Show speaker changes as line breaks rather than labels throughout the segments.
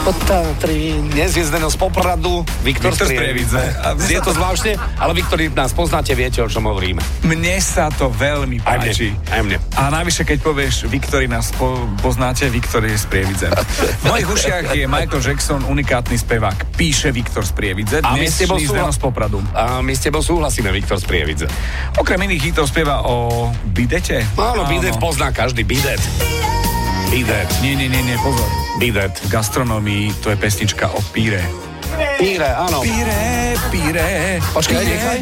Brata, ktorý dnes je z z Popradu, Viktor,
Viktor z Prievidze.
A Je to zvláštne, ale Viktor, nás poznáte, viete, o čom hovoríme.
Mne sa to veľmi
Aj mne,
páči.
aj mne.
A najvyššie, keď povieš Viktorina, spo, poznáte Viktorie z Prievidze. V mojich ušiach je Michael Jackson unikátny spevák. Píše Viktor z Prievidze,
A my s tebou
dnešný z
súhla-
Deno z Popradu.
A my s tebou súhlasíme, Viktor z Prievidze.
Okrem iných hitov spieva o bidete.
Áno, bidet pozná každý, bidet. Bidet,
Nie, nie, nie, nie, pozor.
bidet.
V gastronomii to je pesnička o píre.
Píre, áno.
Píre, píre.
Počkaj, nechaj.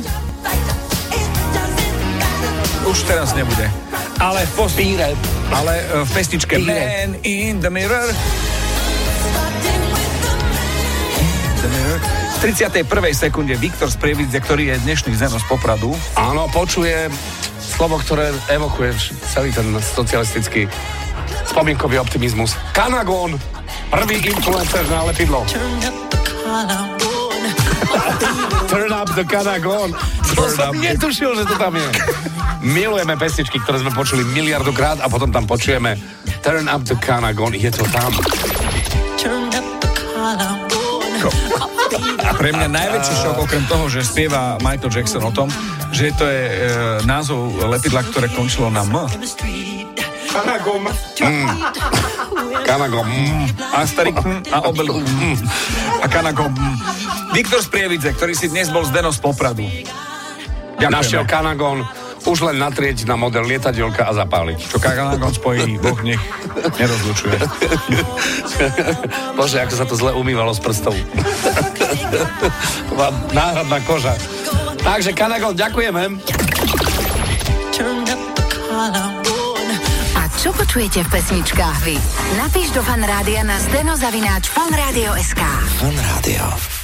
Už teraz nebude. Ale v pos-
Píre.
Ale e, v pesničke
Píre.
Man in the Mirror. The Mirror. V 31. sekunde Viktor z Prievidze, ktorý je dnešný Zeno z Popradu.
Áno, počuje slovo, ktoré evokuje vš- celý ten socialistický spomienkový optimizmus. Kanagón, prvý influencer na lepidlo. Turn up the Kanagón. To
Turn
som
up the-
netušil, že to tam je. Milujeme pesničky, ktoré sme počuli miliardokrát a potom tam počujeme Turn up the Kanagón, je to tam.
Pre mňa najväčší šok, okrem toho, že spieva Michael Jackson o tom, že to je e, názov lepidla, ktoré končilo na M.
Kanagón. Mm. Kanagón. Mm.
A starý kn a obel mm, a kanako. mm. Viktor z Prievidze, ktorý si dnes bol z Deno z Popradu.
Našiel
Ďakujeme.
Kanagón, už len natrieť na model lietadielka a zapáliť.
Čo kanako spojí, Boh nech nerozlučuje.
Bože, ako sa to zle umývalo s prstov. To bola Náhradná koža. Takže Kanagol, ďakujeme.
A čo počujete v pesničkách vy? Napíš do fanrádia na steno zavináč fanradio.sk
Fan Rádio.